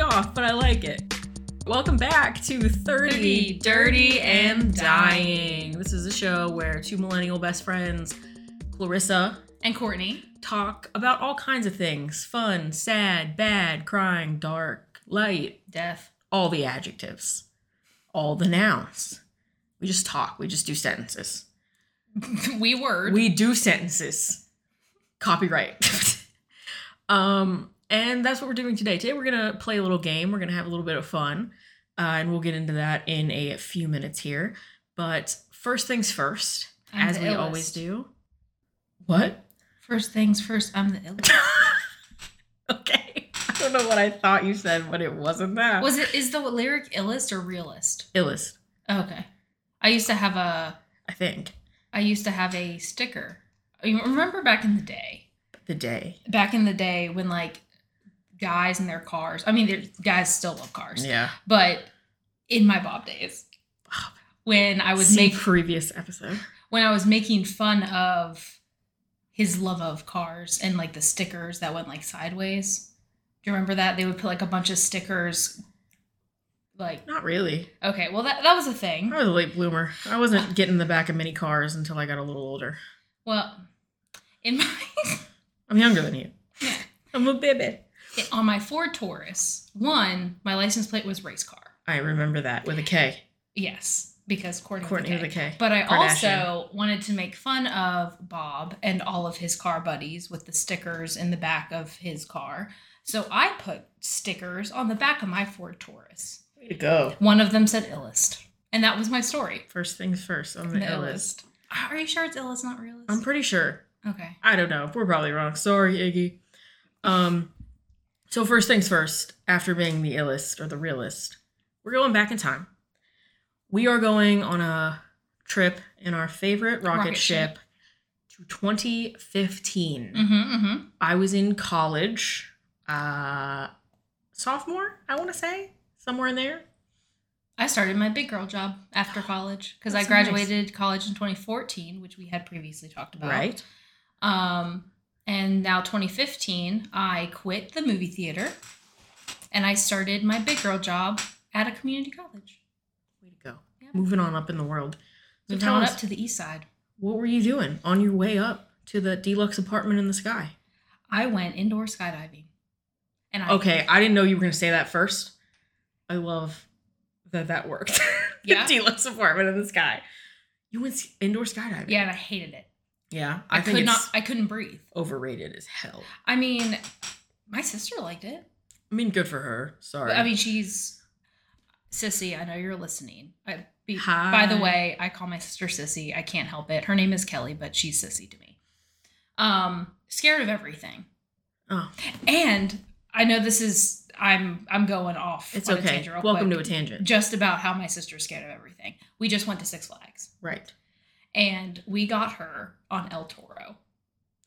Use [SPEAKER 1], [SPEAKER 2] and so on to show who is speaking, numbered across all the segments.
[SPEAKER 1] off, but I like it. Welcome back to
[SPEAKER 2] 30
[SPEAKER 1] 30 Dirty and Dying. This is a show where two millennial best friends, Clarissa,
[SPEAKER 2] And Courtney.
[SPEAKER 1] talk about all kinds of things fun, sad, bad, crying, dark, light,
[SPEAKER 2] Death.
[SPEAKER 1] all the adjectives, all the nouns. We just talk, we just do sentences.
[SPEAKER 2] we word.
[SPEAKER 1] We do sentences. Copyright. um, and that's what we're doing today. Today we're gonna play a little game. We're gonna have a little bit of fun, uh, and we'll get into that in a few minutes here. But first things 1st
[SPEAKER 2] I'm
[SPEAKER 1] as
[SPEAKER 2] the
[SPEAKER 1] we
[SPEAKER 2] illest.
[SPEAKER 1] always do. What?
[SPEAKER 2] First things first, I'm the illest.
[SPEAKER 1] Okay. I don't know what I thought you said, but it wasn't that.
[SPEAKER 2] Was it is the lyric illest or realist?
[SPEAKER 1] illest?
[SPEAKER 2] Okay. I used to have a
[SPEAKER 1] I think
[SPEAKER 2] I used to have a sticker. You remember back in the day?
[SPEAKER 1] the day.
[SPEAKER 2] Back in the day when like guys in their cars. I mean, there's guys still love cars.
[SPEAKER 1] Yeah. Oh,
[SPEAKER 2] But in my Bob days,
[SPEAKER 1] Bob.
[SPEAKER 2] when I
[SPEAKER 1] I
[SPEAKER 2] was
[SPEAKER 1] was
[SPEAKER 2] making.
[SPEAKER 1] make previous episode.
[SPEAKER 2] when I was making fun of his love of cars and like the stickers that went like sideways. Do you remember that? They would put like a bunch of stickers like
[SPEAKER 1] Not really.
[SPEAKER 2] okay, well that that was a thing.
[SPEAKER 1] I was a late bloomer. I wasn't getting in the back of many cars until I got a little older.
[SPEAKER 2] Well, in my
[SPEAKER 1] I'm younger than you.
[SPEAKER 2] Yeah.
[SPEAKER 1] I'm a baby.
[SPEAKER 2] on my Ford Taurus, one, my license plate was race car.
[SPEAKER 1] I remember that with a K.
[SPEAKER 2] Yes, because Courtney, with a
[SPEAKER 1] Courtney
[SPEAKER 2] K.
[SPEAKER 1] with a K.
[SPEAKER 2] But I
[SPEAKER 1] Kardashian.
[SPEAKER 2] also wanted to make fun of Bob and all of his car buddies with the stickers in the back of his car. So I put stickers on the back of my Ford Taurus.
[SPEAKER 1] Way to go.
[SPEAKER 2] One of them said illest. And that was my story.
[SPEAKER 1] First things first. I'm the,
[SPEAKER 2] The
[SPEAKER 1] illest.
[SPEAKER 2] illest. Are you sure it's illest, not realist?
[SPEAKER 1] I'm pretty sure.
[SPEAKER 2] okay.
[SPEAKER 1] I don't know. We're probably wrong. Sorry, Iggy. Um, so first things first. After being the illest or the realist, we're going back in time. We are going on a trip in our favorite rocket,
[SPEAKER 2] Rocket
[SPEAKER 1] ship,
[SPEAKER 2] ship.
[SPEAKER 1] to 2015.
[SPEAKER 2] Mm-hmm, mm-hmm.
[SPEAKER 1] I was in college, uh, sophomore. I want to say somewhere in there.
[SPEAKER 2] I started my big girl job after college because I
[SPEAKER 1] That's nice.
[SPEAKER 2] graduated college in 2014, which we had previously talked about.
[SPEAKER 1] Right.
[SPEAKER 2] Um, and now 2015, I quit the movie theater and I started my big girl job at a community college.
[SPEAKER 1] Way to go.
[SPEAKER 2] Yeah.
[SPEAKER 1] Moving on up in the world. So
[SPEAKER 2] Moved
[SPEAKER 1] tell
[SPEAKER 2] on
[SPEAKER 1] us,
[SPEAKER 2] up to the east side.
[SPEAKER 1] what were you doing on your way up to the deluxe apartment in the sky?
[SPEAKER 2] I went indoor skydiving. And I
[SPEAKER 1] Okay, I didn't know you were going to say that first. I love that that worked.
[SPEAKER 2] Yeah.
[SPEAKER 1] the deluxe apartment in the sky. You went s- indoor skydiving.
[SPEAKER 2] Yeah, and I hated it.
[SPEAKER 1] Yeah. I,
[SPEAKER 2] I,
[SPEAKER 1] think
[SPEAKER 2] could
[SPEAKER 1] it's
[SPEAKER 2] not I couldn't breathe.
[SPEAKER 1] overrated as hell.
[SPEAKER 2] I mean, my sister liked it.
[SPEAKER 1] I mean, good for her. Sorry.
[SPEAKER 2] But, I mean, she's Sissy, I know you're listening. I, be,
[SPEAKER 1] Hi.
[SPEAKER 2] by the way, I call my sister Sissy. I can't help it. Her name is Kelly, but she's Sissy to me. Um, scared of everything.
[SPEAKER 1] oh,
[SPEAKER 2] And I know this is I'm I'm going off.
[SPEAKER 1] it's
[SPEAKER 2] on a
[SPEAKER 1] okay.
[SPEAKER 2] tangent real
[SPEAKER 1] Welcome
[SPEAKER 2] quick,
[SPEAKER 1] to a tangent.
[SPEAKER 2] just about how my sister's scared of everything. We just went to Six Flags
[SPEAKER 1] right.
[SPEAKER 2] and we got her on El Toro.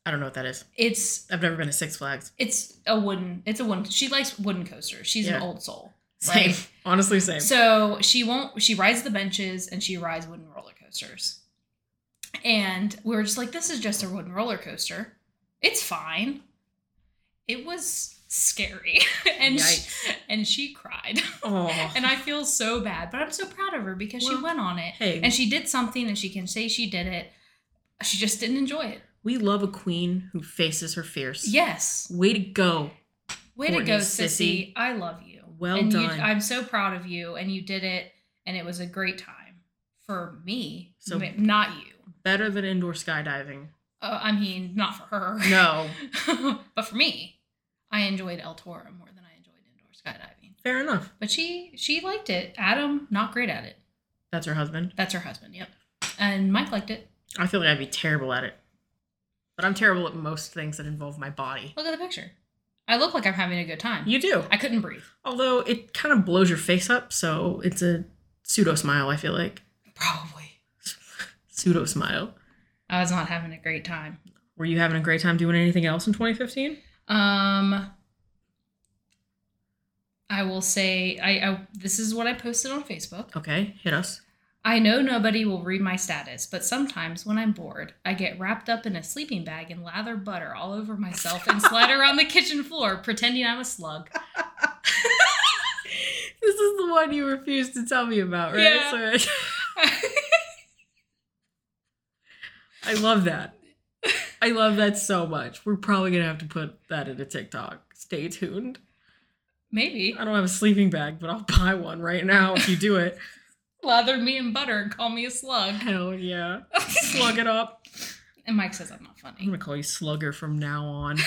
[SPEAKER 1] I don't know what that is.
[SPEAKER 2] It's
[SPEAKER 1] I've never been to Six Flags.
[SPEAKER 2] it's a wooden it's a wooden she likes wooden coasters. She's
[SPEAKER 1] Yeah.
[SPEAKER 2] an old soul.
[SPEAKER 1] Same.
[SPEAKER 2] Right.
[SPEAKER 1] Honestly, same.
[SPEAKER 2] So she won't she rides the benches and she rides wooden roller coasters. And we were just like, this is just a wooden roller coaster. It's fine. It was scary. and she,
[SPEAKER 1] Yikes.
[SPEAKER 2] and she cried.
[SPEAKER 1] oh.
[SPEAKER 2] and I feel so bad, but I'm so proud of her because
[SPEAKER 1] Well,
[SPEAKER 2] she went on it
[SPEAKER 1] hey.
[SPEAKER 2] and she did something and she can say she did it. She just didn't enjoy it.
[SPEAKER 1] We love a queen who faces her fears.
[SPEAKER 2] Yes.
[SPEAKER 1] Way to go.
[SPEAKER 2] Way
[SPEAKER 1] Courtney,
[SPEAKER 2] to go, sissy.
[SPEAKER 1] sissy.
[SPEAKER 2] I love you.
[SPEAKER 1] Well
[SPEAKER 2] and
[SPEAKER 1] done.
[SPEAKER 2] You, I'm so proud of you and you did it and it was a great time for me,
[SPEAKER 1] So-
[SPEAKER 2] so, not you.
[SPEAKER 1] Better than indoor skydiving.
[SPEAKER 2] Uh, I mean, not for her.
[SPEAKER 1] No.
[SPEAKER 2] but for me, I enjoyed El Toro more than I enjoyed indoor skydiving.
[SPEAKER 1] Fair enough.
[SPEAKER 2] But she she liked it. Adam not great at it.
[SPEAKER 1] That's her husband.
[SPEAKER 2] That's her husband. Yep. And Mike liked it.
[SPEAKER 1] I feel like I'd be terrible at it. But I'm terrible at most things that involve my body.
[SPEAKER 2] Look at the picture. I look like I'm having a good time.
[SPEAKER 1] You do.
[SPEAKER 2] I couldn't breathe.
[SPEAKER 1] Although it kind of blows your face up, so it's a pseudo smile, I feel like.
[SPEAKER 2] Probably.
[SPEAKER 1] Pseudo smile.
[SPEAKER 2] I was not having a great time.
[SPEAKER 1] Were you having a great time doing anything else in 2015?
[SPEAKER 2] Um I will say I, I this is what I posted on Facebook.
[SPEAKER 1] Okay, hit us.
[SPEAKER 2] I know nobody will read my status, but sometimes when I'm bored, I get wrapped up in a sleeping bag and lather butter all over myself and slide around the kitchen floor pretending I'm a slug.
[SPEAKER 1] This is the one you refused to tell me about, right?
[SPEAKER 2] Yeah.
[SPEAKER 1] So- I love that. I love that so much. We're probably gonna have to put that in a TikTok. Stay tuned.
[SPEAKER 2] Maybe.
[SPEAKER 1] I don't have a sleeping bag, but I'll buy one right now if you do it.
[SPEAKER 2] Lather me in butter and call me a slug.
[SPEAKER 1] Hell yeah. Slug it up.
[SPEAKER 2] And Mike says I'm not
[SPEAKER 1] I'm
[SPEAKER 2] funny.
[SPEAKER 1] gonna call you Slugger from now on.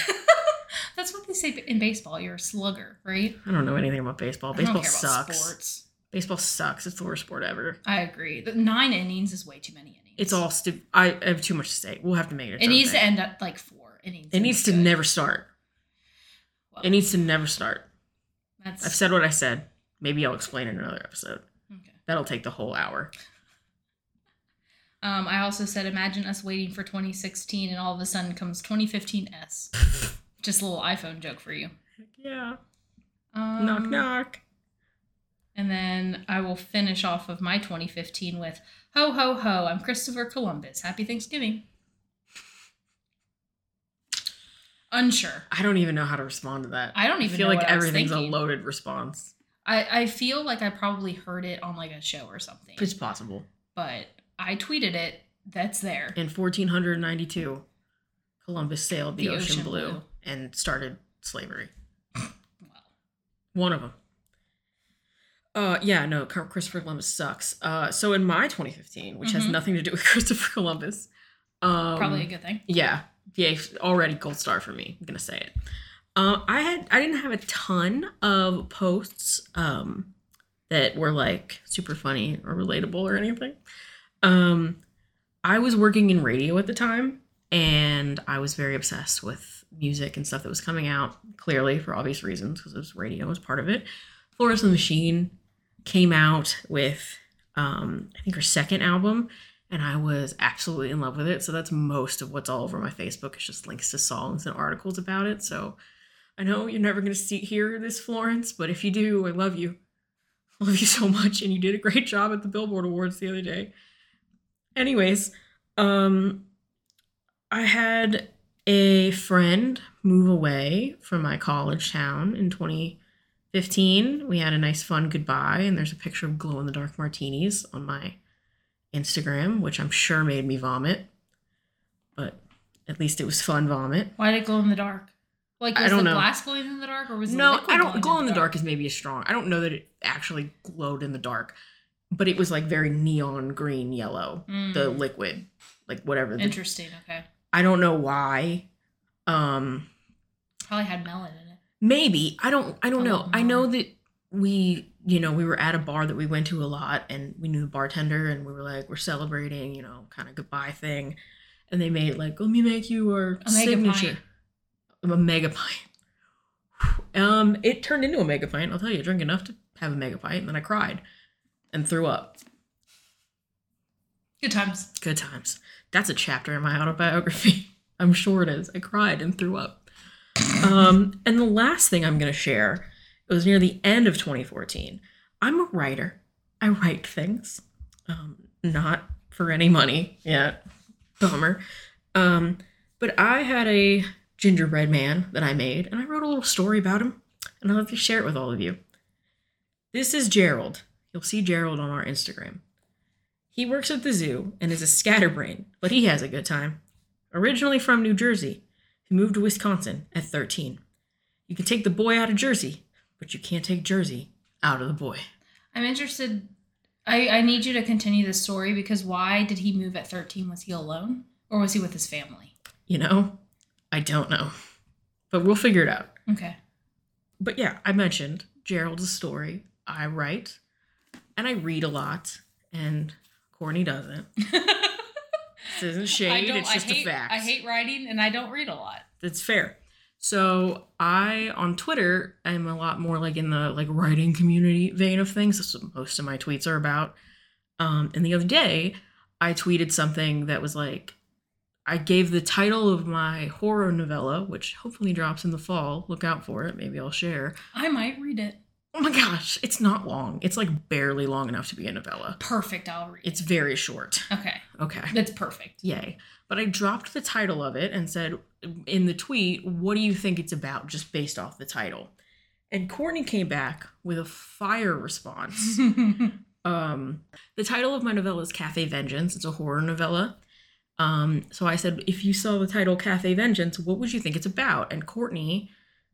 [SPEAKER 2] That's what they say in baseball. You're a slugger, right?
[SPEAKER 1] I don't know anything about baseball.
[SPEAKER 2] I
[SPEAKER 1] Baseball
[SPEAKER 2] don't care about
[SPEAKER 1] sucks.
[SPEAKER 2] sports.
[SPEAKER 1] Baseball sucks. It's the worst sport ever.
[SPEAKER 2] I agree. The nine innings is way too many innings.
[SPEAKER 1] It's all stupid. I I have too much to say. We'll have to make it. its
[SPEAKER 2] It
[SPEAKER 1] own
[SPEAKER 2] needs to
[SPEAKER 1] thing.
[SPEAKER 2] end at like four innings.
[SPEAKER 1] It needs to
[SPEAKER 2] Good.
[SPEAKER 1] never start.
[SPEAKER 2] Well,
[SPEAKER 1] It needs to never start.
[SPEAKER 2] That's
[SPEAKER 1] I've said what I said. Maybe I'll explain in another episode.
[SPEAKER 2] okay.
[SPEAKER 1] That'll take the whole hour.
[SPEAKER 2] Um, I also said, imagine us waiting for 2016 and all of a sudden comes 2015s. Just a little iPhone joke for you.
[SPEAKER 1] Yeah.
[SPEAKER 2] Um,
[SPEAKER 1] knock knock.
[SPEAKER 2] And then I will finish off of my 2015 with, ho ho ho! I'm Christopher Columbus. Happy Thanksgiving. Unsure.
[SPEAKER 1] I don't even know how to respond to that.
[SPEAKER 2] I don't even
[SPEAKER 1] feel
[SPEAKER 2] know
[SPEAKER 1] like
[SPEAKER 2] what I was
[SPEAKER 1] everything's a
[SPEAKER 2] thinking.
[SPEAKER 1] loaded response.
[SPEAKER 2] I, I feel like I probably heard it on like a show or something,
[SPEAKER 1] It's possible.
[SPEAKER 2] but I tweeted it. That's there.
[SPEAKER 1] In 1492, Columbus sailed the,
[SPEAKER 2] The
[SPEAKER 1] ocean,
[SPEAKER 2] ocean
[SPEAKER 1] blue,
[SPEAKER 2] blue.
[SPEAKER 1] and started slavery.
[SPEAKER 2] Well,
[SPEAKER 1] One of them. Uh, yeah, no, Car- Christopher Columbus sucks. Uh, so in my 2015, which has
[SPEAKER 2] Mhm.
[SPEAKER 1] nothing to do with Christopher Columbus, um,
[SPEAKER 2] probably a good thing.
[SPEAKER 1] Yeah. Yay. Already gold star for me. I'm gonna say it. Um, I had I didn't have a ton of posts um that were like super funny or relatable or anything. Um I was working in radio at the time and I was very obsessed with music and stuff that was coming out, clearly for obvious reasons, because it was radio was part of it. Florence and the Machine came out with um I think her second album and I was absolutely in love with it. So that's most of what's all over my Facebook. It's just links to songs and articles about it. So I know you're never gonna see hear this Florence, but if you do, I love you. I love you so much, and you did a great job at the Billboard Awards the other day. Anyways, um I had a friend move away from my college town in 2015. We had a nice fun goodbye, and there's a picture of glow in the dark martinis on my Instagram, which I'm sure made me vomit. But at least it was fun vomit.
[SPEAKER 2] Why did it glow in the dark? Like
[SPEAKER 1] I
[SPEAKER 2] was
[SPEAKER 1] don't
[SPEAKER 2] the
[SPEAKER 1] know.
[SPEAKER 2] glass glowing in the dark, or was the
[SPEAKER 1] No,
[SPEAKER 2] liquid
[SPEAKER 1] I
[SPEAKER 2] glowing
[SPEAKER 1] don't. Glow in the dark is maybe a strong. I don't know that it actually glowed in the dark, but it was like very neon green yellow.
[SPEAKER 2] Mm,
[SPEAKER 1] The liquid, like whatever. The,
[SPEAKER 2] interesting. Okay,
[SPEAKER 1] I don't know why. Um,
[SPEAKER 2] probably had melon in it.
[SPEAKER 1] maybe I don't. I don't know.
[SPEAKER 2] Oh,
[SPEAKER 1] I
[SPEAKER 2] no.
[SPEAKER 1] know that we, you know, we were at a bar that we went to a lot, and we knew the bartender, and we were like, we're celebrating, you know, kind of goodbye thing, and they made like, let me make you our
[SPEAKER 2] A mega
[SPEAKER 1] signature, a mega pint. Um, it turned into a mega pint. I'll tell you, I drank enough to have a mega pint, and then I cried and threw up.
[SPEAKER 2] Good times.
[SPEAKER 1] Good times. That's a chapter in my autobiography. I'm sure it is. I cried and threw up. Um, and the last thing I'm going to share, it was near the end of 2014. I'm a writer. I write things, um, not for any money yet. Bummer. Um, but I had a gingerbread man that I made, and I wrote a little story about him, and I'd love to share it with all of you. This is Gerald. You'll see Gerald on our Instagram. He works at the zoo and is a scatterbrain, but he has a good time. Originally from New Jersey, he moved to Wisconsin at 13. You can take the boy out of Jersey, but you can't take Jersey out of the boy.
[SPEAKER 2] I'm interested. I, I need you to continue this story because why did he move at 13? Was he alone or was he with his family?
[SPEAKER 1] You know? I don't know. But we'll figure it out.
[SPEAKER 2] Okay.
[SPEAKER 1] But yeah, I mentioned Gerald's story. I write and I read a lot, and Courtney doesn't. This isn't shade, it's just
[SPEAKER 2] I hate,
[SPEAKER 1] a fact.
[SPEAKER 2] I hate writing and I don't read a lot.
[SPEAKER 1] That's fair. So I on Twitter am a lot more like in the like writing community vein of things. That's what most of my tweets are about. Um, and the other day, I tweeted something that was like, I gave the title of my horror novella, which hopefully drops in the fall. Look out for it. Maybe I'll share.
[SPEAKER 2] I might read it.
[SPEAKER 1] Oh my gosh, it's not long. It's like barely long enough to be a novella.
[SPEAKER 2] Perfect. I'll read
[SPEAKER 1] It's
[SPEAKER 2] it.
[SPEAKER 1] very short.
[SPEAKER 2] Okay.
[SPEAKER 1] Okay.
[SPEAKER 2] That's perfect.
[SPEAKER 1] Yay. But I dropped the title of it and said in the tweet, what do you think it's about just based off the title? And Courtney came back with a fire response. Um, the title of my novella is Cafe Vengeance. It's a horror novella. Um, so I said, if you saw the title Cafe Vengeance, what would you think it's about? And Courtney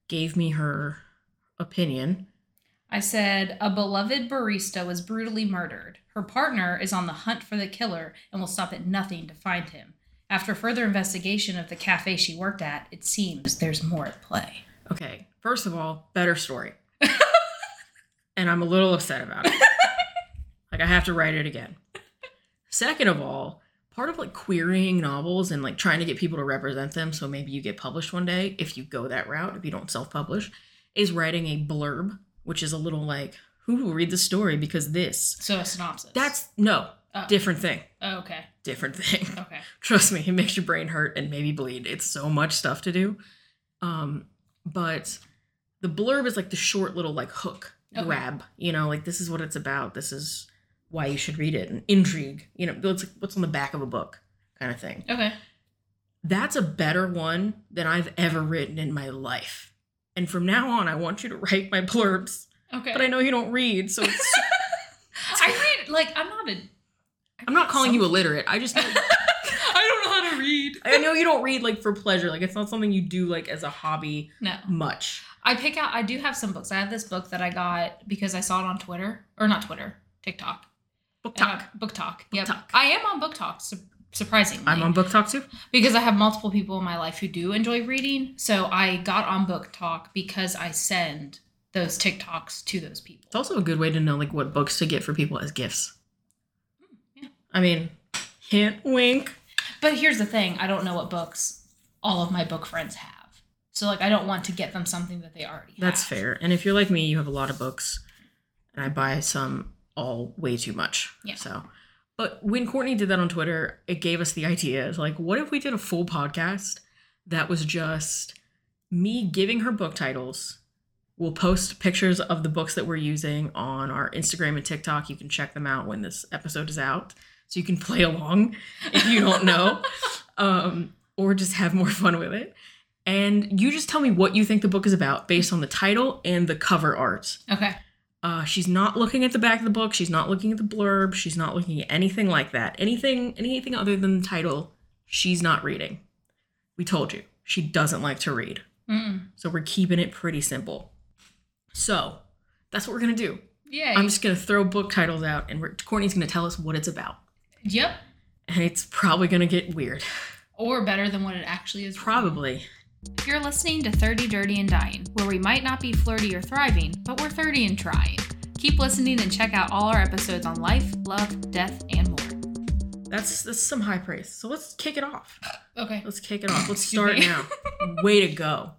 [SPEAKER 1] gave me her opinion.
[SPEAKER 2] I said, a beloved barista was brutally murdered. Her partner is on the hunt for the killer and will stop at nothing to find him. After further investigation of the cafe she worked at, it seems there's more at play.
[SPEAKER 1] Okay, first of all, better story. and I'm a little upset about it. like, I have to write it again. Second of all, part of like querying novels and like trying to get people to represent them so maybe you get published one day if you go that route if you don't self-publish is writing a blurb which is a little like who will read the story because this
[SPEAKER 2] So a synopsis.
[SPEAKER 1] that's no
[SPEAKER 2] Oh.
[SPEAKER 1] different thing
[SPEAKER 2] Oh, okay.
[SPEAKER 1] different thing
[SPEAKER 2] Okay.
[SPEAKER 1] trust me it makes your brain hurt and maybe bleed it's so much stuff to do um but the blurb is like the short little like hook
[SPEAKER 2] Okay.
[SPEAKER 1] grab you know like this is what it's about this is why you should read it and intrigue you know it's like what's on the back of a book kind of thing
[SPEAKER 2] Okay.
[SPEAKER 1] that's a better one than I've ever written in my life. And from now on, I want you to write my blurbs.
[SPEAKER 2] Okay.
[SPEAKER 1] But I know you don't read, so it's,
[SPEAKER 2] I read like I'm not a.
[SPEAKER 1] I'm not calling you illiterate. I just know,
[SPEAKER 2] I don't know how to read.
[SPEAKER 1] I know you don't read like for pleasure. Like it's not something you do like as a hobby
[SPEAKER 2] No,
[SPEAKER 1] much.
[SPEAKER 2] I pick out. I do have some books. I have this book that I got because I saw it on Twitter or not Twitter, TikTok.
[SPEAKER 1] Book
[SPEAKER 2] And I-
[SPEAKER 1] talk.
[SPEAKER 2] book talk. Yep.
[SPEAKER 1] Talk.
[SPEAKER 2] I am on book talk. Su- surprisingly,
[SPEAKER 1] I'm on book talk too.
[SPEAKER 2] because I have multiple people in my life who do enjoy reading. So I got on book talk because I send those TikToks to those people.
[SPEAKER 1] It's also a good way to know like what books to get for people as gifts.
[SPEAKER 2] yeah.
[SPEAKER 1] I mean, hint, wink.
[SPEAKER 2] But here's the thing I don't know what books all of my book friends have. So, like, I don't want to get them something that they already
[SPEAKER 1] That's
[SPEAKER 2] have.
[SPEAKER 1] fair. And if you're like me, you have a lot of books, and I buy some all way too much.
[SPEAKER 2] Yeah.
[SPEAKER 1] So, but when Courtney did that on Twitter, it gave us the idea. It's like, what if we did a full podcast that was just me giving her book titles? We'll post pictures of the books that we're using on our Instagram and TikTok. You can check them out when this episode is out, so you can play along if you don't know, um, or just have more fun with it. And you just tell me what you think the book is about based on the title and the cover art.
[SPEAKER 2] Okay.
[SPEAKER 1] Uh, she's not looking at the back of the book. She's not looking at the blurb. She's not looking at anything like that. Anything, anything other than the title, she's not reading. We told you she doesn't like to read,
[SPEAKER 2] Mm.
[SPEAKER 1] so we're keeping it pretty simple. So that's what we're gonna do.
[SPEAKER 2] Yay.
[SPEAKER 1] I'm just gonna throw book titles out, and we're, Courtney's gonna tell us what it's about,
[SPEAKER 2] yep.
[SPEAKER 1] and it's probably gonna get weird.
[SPEAKER 2] Or better than what it actually is.
[SPEAKER 1] Probably.
[SPEAKER 2] You're listening to 30 Dirty and Dying, where we might not be flirty or thriving, but we're 30 and trying. Keep listening and check out all our episodes on life, love, death, and more.
[SPEAKER 1] That's that's some high praise. So let's kick it off.
[SPEAKER 2] Okay.
[SPEAKER 1] Let's kick it off. Let's
[SPEAKER 2] Excuse
[SPEAKER 1] start
[SPEAKER 2] me.
[SPEAKER 1] now. Way to go.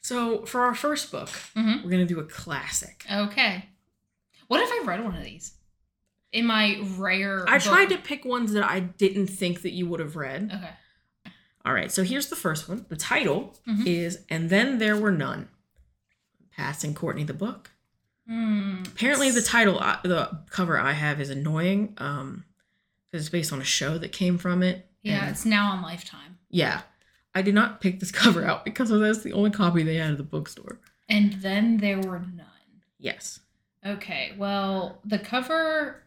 [SPEAKER 1] So, for our first book,
[SPEAKER 2] Mhm.
[SPEAKER 1] we're going to do a classic.
[SPEAKER 2] Okay. What if I read one of these? In my rare.
[SPEAKER 1] I
[SPEAKER 2] book- Uh.
[SPEAKER 1] tried to pick ones that I didn't think that you would have read.
[SPEAKER 2] Okay.
[SPEAKER 1] All right, so here's the first one. The title
[SPEAKER 2] Mhm.
[SPEAKER 1] is And Then There Were None. Passing Courtney the book.
[SPEAKER 2] Hmm.
[SPEAKER 1] Apparently the title I, the cover I have is annoying um cuz it's based on a show that came from it.
[SPEAKER 2] Yeah,
[SPEAKER 1] and-
[SPEAKER 2] it's now on Lifetime.
[SPEAKER 1] yeah. I did not pick this cover out because that's the only copy they had at the bookstore.
[SPEAKER 2] And then there were none.
[SPEAKER 1] Yes.
[SPEAKER 2] Okay, well, the cover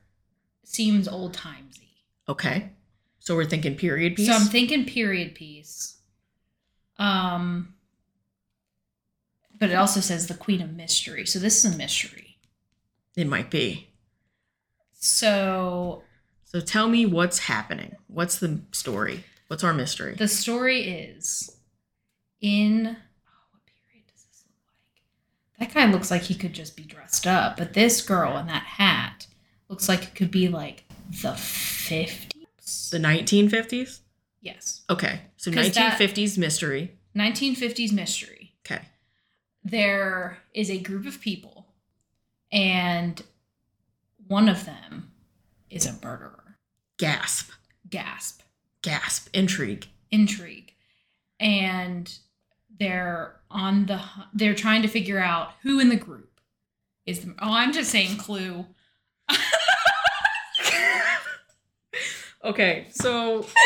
[SPEAKER 2] seems old timesy.
[SPEAKER 1] Okay. So we're thinking period piece.
[SPEAKER 2] So I'm thinking period piece. Um but it also says the queen of mystery. So this is a mystery.
[SPEAKER 1] it might be.
[SPEAKER 2] So
[SPEAKER 1] So tell me what's happening. What's the story? What's our mystery?
[SPEAKER 2] The story is in oh, what period does this look like? That guy looks like he could just be dressed up, but this girl in that hat looks like it could be like the fifties.
[SPEAKER 1] The 1950s?
[SPEAKER 2] Yes,
[SPEAKER 1] Okay. So
[SPEAKER 2] 'Cause that-
[SPEAKER 1] 1950s mystery.
[SPEAKER 2] nineteen fifties mystery.
[SPEAKER 1] Okay.
[SPEAKER 2] There is a group of people, and one of them is a murderer.
[SPEAKER 1] Gasp.
[SPEAKER 2] Gasp.
[SPEAKER 1] Gasp. Intrigue.
[SPEAKER 2] intrigue and they're on the hu- they're trying to figure out who in the group is the oh i'm just saying clue
[SPEAKER 1] Okay. So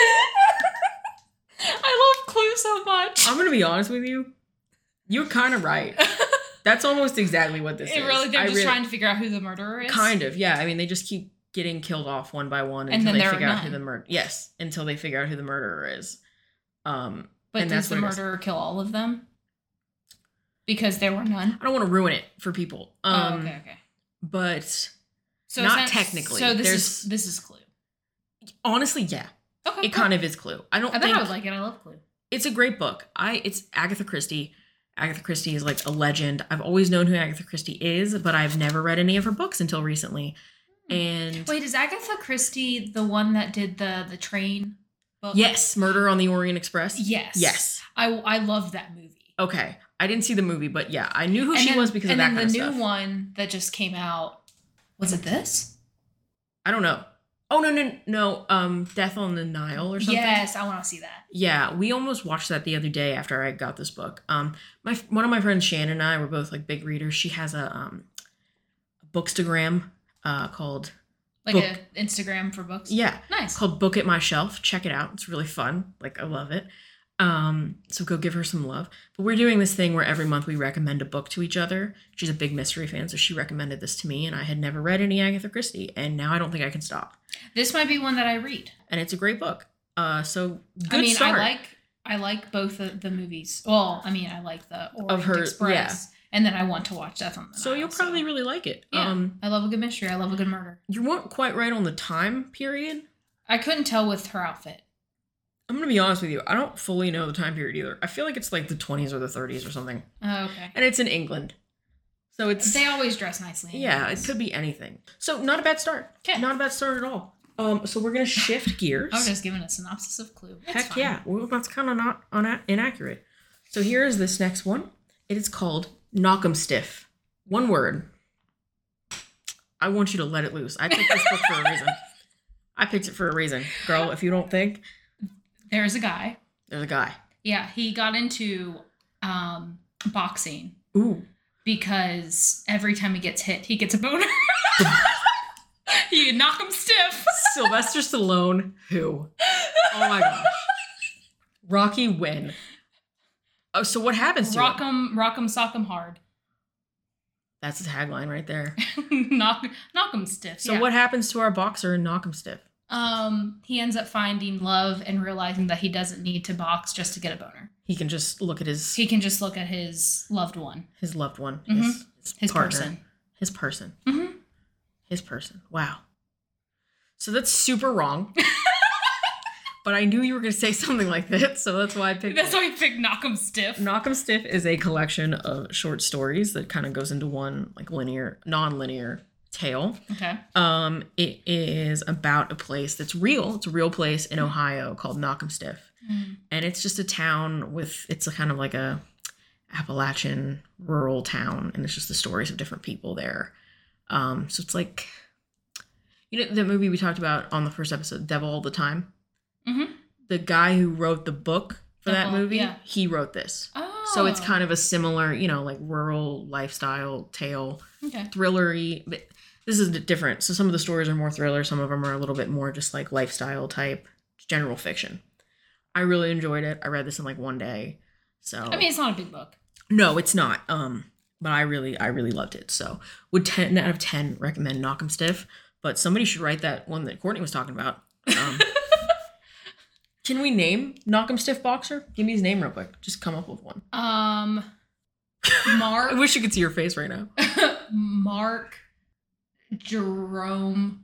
[SPEAKER 2] i love clue so much
[SPEAKER 1] I'm going to be honest with you. You're kind of right. That's almost exactly what this is.
[SPEAKER 2] It really, they're
[SPEAKER 1] I
[SPEAKER 2] just
[SPEAKER 1] really-
[SPEAKER 2] trying to figure out who the murderer is.
[SPEAKER 1] Kind of, yeah. I mean, they just keep getting killed off one by one
[SPEAKER 2] And
[SPEAKER 1] until
[SPEAKER 2] then
[SPEAKER 1] they
[SPEAKER 2] there are
[SPEAKER 1] figure out who
[SPEAKER 2] none.
[SPEAKER 1] the murder. Yes, until they figure out who the murderer is. Um,
[SPEAKER 2] But
[SPEAKER 1] and that's
[SPEAKER 2] does the
[SPEAKER 1] what it is.
[SPEAKER 2] murderer kill all of them? Because there were none.
[SPEAKER 1] I don't want to ruin it for people. Um,
[SPEAKER 2] oh, okay, okay.
[SPEAKER 1] but
[SPEAKER 2] So
[SPEAKER 1] not
[SPEAKER 2] it's
[SPEAKER 1] technically.
[SPEAKER 2] So this is
[SPEAKER 1] There's-
[SPEAKER 2] this is Clue.
[SPEAKER 1] honestly, yeah,
[SPEAKER 2] Okay.
[SPEAKER 1] it
[SPEAKER 2] cool.
[SPEAKER 1] kind of is Clue. I don't
[SPEAKER 2] I thought
[SPEAKER 1] think
[SPEAKER 2] I would like it. I love Clue.
[SPEAKER 1] it's a great book. I it's Agatha Christie. Agatha Christie is like a legend. I've always known who Agatha Christie is, but I've never read any of her books until recently. And
[SPEAKER 2] Hmm. Wait, is Agatha Christie the one that did the the train book?
[SPEAKER 1] yes, Murder on the Orient Express.
[SPEAKER 2] Yes.
[SPEAKER 1] Yes.
[SPEAKER 2] I I loved that movie.
[SPEAKER 1] Okay. I didn't see the movie, but yeah, I knew who
[SPEAKER 2] And
[SPEAKER 1] she
[SPEAKER 2] then-
[SPEAKER 1] was because of
[SPEAKER 2] and
[SPEAKER 1] that
[SPEAKER 2] then
[SPEAKER 1] kind
[SPEAKER 2] the
[SPEAKER 1] of
[SPEAKER 2] new
[SPEAKER 1] stuff.
[SPEAKER 2] one that just came out was it this?
[SPEAKER 1] I don't know. Oh no no no! Um, Death on the Nile or something.
[SPEAKER 2] Yes, I want to see that.
[SPEAKER 1] Yeah, we almost watched that the other day after I got this book. Um, my one of my friends Shannon and I were both like big readers. She has a um, bookstagram uh called
[SPEAKER 2] Like
[SPEAKER 1] Book.
[SPEAKER 2] a Instagram for books.
[SPEAKER 1] yeah it's
[SPEAKER 2] Nice.
[SPEAKER 1] called Book at My Shelf. Check it out. It's really fun. Like I love it. Um, so go give her some love. But we're doing this thing where every month we recommend a book to each other. She's a big mystery fan, so she recommended this to me, and I had never read any Agatha Christie, and now I don't think I can stop.
[SPEAKER 2] This might be one that I read.
[SPEAKER 1] And it's a great book. Uh, so good
[SPEAKER 2] I mean,
[SPEAKER 1] start.
[SPEAKER 2] I like I like both of the movies. Well, I mean, I like the Orient
[SPEAKER 1] Of her-
[SPEAKER 2] Express, and then I want to watch Death on the
[SPEAKER 1] so
[SPEAKER 2] Nile,
[SPEAKER 1] you'll probably really like it.
[SPEAKER 2] Yeah.
[SPEAKER 1] Um,
[SPEAKER 2] I love a good mystery. I love a good murder.
[SPEAKER 1] you weren't quite right on the time period.
[SPEAKER 2] I couldn't tell with her outfit.
[SPEAKER 1] I'm gonna be honest with you. I don't fully know the time period either. I feel like it's like the 20s or the 30s or something,
[SPEAKER 2] Oh, okay.
[SPEAKER 1] and it's in England. So it's
[SPEAKER 2] They always dress nicely. in
[SPEAKER 1] Yeah, it
[SPEAKER 2] movies.
[SPEAKER 1] could be anything. So not a bad start.
[SPEAKER 2] 'Kay.
[SPEAKER 1] Not a bad start at all. Um, so we're gonna shift gears.
[SPEAKER 2] I was just giving a synopsis of Clue. It's
[SPEAKER 1] Heck
[SPEAKER 2] fine.
[SPEAKER 1] yeah. Well, that's kind of not on inaccurate. So here is this next one. It is called Knock 'em Stiff. One word. I want you to let it loose. I picked this book for a reason. I picked it for a reason, girl. If you don't think,
[SPEAKER 2] There's a guy.
[SPEAKER 1] there's a guy.
[SPEAKER 2] Yeah, he got into um, boxing
[SPEAKER 1] Ooh,
[SPEAKER 2] because every time he gets hit, he gets a boner. you knock him stiff.
[SPEAKER 1] Sylvester Stallone. Who? Oh my gosh. Rocky Win. Oh, so what happens to him?
[SPEAKER 2] Rock 'em, rock 'em, sock 'em hard.
[SPEAKER 1] That's the tagline right there.
[SPEAKER 2] knock, knock 'em stiff.
[SPEAKER 1] So
[SPEAKER 2] yeah.
[SPEAKER 1] what happens to our boxer in Knock'em Stiff?
[SPEAKER 2] Um, he ends up finding love and realizing that he doesn't need to box just to get a boner.
[SPEAKER 1] He can just look at his
[SPEAKER 2] He can just look at his loved one,
[SPEAKER 1] his loved one,
[SPEAKER 2] Mhm.
[SPEAKER 1] his, his,
[SPEAKER 2] his
[SPEAKER 1] partner,
[SPEAKER 2] person.
[SPEAKER 1] his person,
[SPEAKER 2] hmm
[SPEAKER 1] his person. Wow. So that's super wrong. but I knew you were going to say something like that, so that's why I picked
[SPEAKER 2] That's
[SPEAKER 1] it.
[SPEAKER 2] why he picked knock 'em stiff.
[SPEAKER 1] Knock 'em Stiff is a collection of short stories that kind of goes into one like linear, non-linear tale.
[SPEAKER 2] Okay.
[SPEAKER 1] Um, it is about a place that's real. It's a real place in Ohio called Knock'em Stiff.
[SPEAKER 2] Mm.
[SPEAKER 1] and it's just a town with it's a kind of like a Appalachian rural town, and it's just the stories of different people there. Um, so it's like you know the movie we talked about on the first episode, Devil All the Time.
[SPEAKER 2] Mhm.
[SPEAKER 1] The guy who wrote the book for that
[SPEAKER 2] Devil,
[SPEAKER 1] movie,
[SPEAKER 2] yeah.
[SPEAKER 1] he wrote this.
[SPEAKER 2] Oh.
[SPEAKER 1] So it's kind of a similar, you know, like rural lifestyle tale,
[SPEAKER 2] okay.
[SPEAKER 1] thrillery. But this is different. So some of the stories are more thriller, some of them are a little bit more just like lifestyle type, general fiction. I really enjoyed it. I read this in like one day. So
[SPEAKER 2] I mean, it's not a big book.
[SPEAKER 1] no, it's not. Um, but I really, I really loved it. So would ten out of ten recommend Knock 'em Stiff? But somebody should write that one that Courtney was talking about. Um, can we name Knock 'em Stiff Boxer? Give me his name real quick. Just come up with one.
[SPEAKER 2] Um,
[SPEAKER 1] I
[SPEAKER 2] Mark,
[SPEAKER 1] wish you could see your face right now.
[SPEAKER 2] Mark, Jerome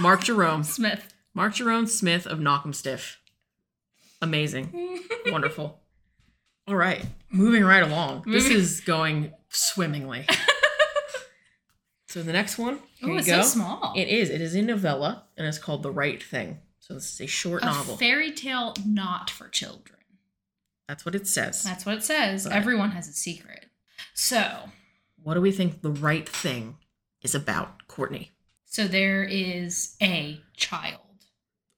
[SPEAKER 1] Mark Jerome.
[SPEAKER 2] Smith.
[SPEAKER 1] Mark Jerome Smith of Knock 'em Stiff. Amazing. Wonderful. All right. Moving right along. This
[SPEAKER 2] Moving-
[SPEAKER 1] is going swimmingly. so the next one. Here
[SPEAKER 2] Oh,
[SPEAKER 1] you
[SPEAKER 2] it's
[SPEAKER 1] go.
[SPEAKER 2] so small.
[SPEAKER 1] It is. It is a novella and it's called The Right Thing. So this is a short
[SPEAKER 2] a
[SPEAKER 1] novel.
[SPEAKER 2] fairy tale not for children.
[SPEAKER 1] That's what it says.
[SPEAKER 2] That's what it says.
[SPEAKER 1] Right.
[SPEAKER 2] Everyone has a secret. So,
[SPEAKER 1] What do we think The Right Thing is about, Courtney?
[SPEAKER 2] so there is a child.